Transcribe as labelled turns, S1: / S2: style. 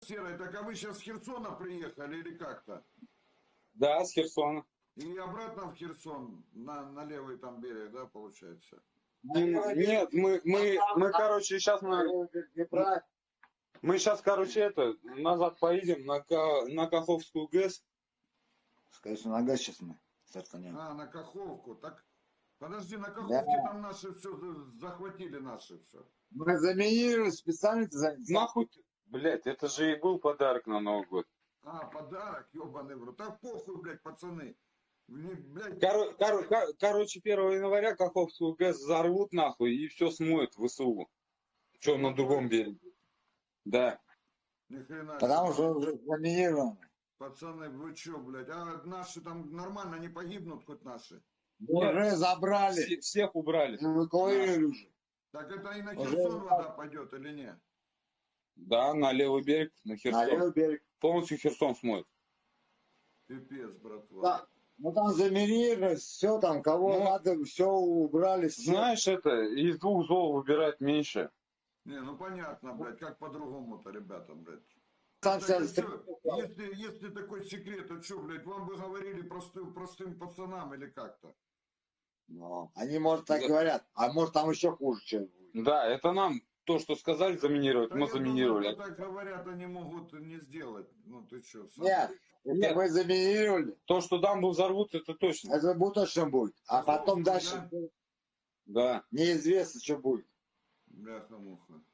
S1: Серый, так а вы сейчас с Херсона приехали или как-то?
S2: Да, с Херсона.
S1: И обратно в Херсон, на, на левый там берег, да, получается?
S2: М, Нет, мы, мы, мы, короче, сейчас мы, мы сейчас, короче, это, назад поедем на, Ка- на Каховскую ГЭС.
S3: Скажи, Ну, нога сейчас мы с Арканяном.
S1: А, на Каховку, так... Подожди, на Каховке там наши все, захватили наши все.
S3: Мы заминировали специально ты за...
S2: Нахуй, ты- блядь, это же и был подарок на Новый год.
S1: А, подарок, ебаный в рот. Так похуй, блядь, пацаны. Не, блядь,
S2: Коро- коро- кор- короче, 1 января Каховскую ГЭС взорвут нахуй и все смоет в ВСУ. Че на другом береге. Да.
S1: ни хрена
S3: Потому
S1: себе.
S3: что уже заминировано.
S1: Пацаны, вы чё, блядь? А наши там нормально не погибнут хоть наши?
S3: Уже
S2: Все-
S3: забрали.
S2: всех убрали.
S3: Эвакуировали уже.
S1: Так это и на
S3: Уже
S1: Херсон
S3: не
S1: вода пойдет или не?
S2: Да, на левый берег, на
S3: На
S2: Херсон.
S3: левый берег.
S2: Полностью Херсон смоет.
S1: Пипец, братва.
S3: Да. Ну там заминировали, все там, кого
S2: Ну.
S3: надо, все убрали. всё.
S2: Знаешь, это из двух зол выбирать меньше.
S1: Не, ну понятно, блядь, как по-другому-то, ребята, блядь.
S3: Там
S1: Так,
S3: вся
S1: и
S3: стрелка
S1: чё, если, если такой секрет, то что, блядь, вам бы говорили простым, простым пацанам или как-то?
S3: Ну, Они, может, так
S2: Да.
S3: говорят. А может, там еще хуже, чем будет.
S2: Да, это нам то, что сказали заминировать,
S1: Да
S2: мы
S1: я думаю,
S2: заминировали.
S1: когда так говорят, они могут не сделать. Ну ты что,
S3: Нет, это
S2: Нет.
S3: мы заминировали.
S2: То, что дамбу взорвут, это точно.
S3: Это будет то, что будет. А
S1: Каховку,
S3: потом дальше
S2: Да.
S3: неизвестно, что будет.
S1: Бляха-муха.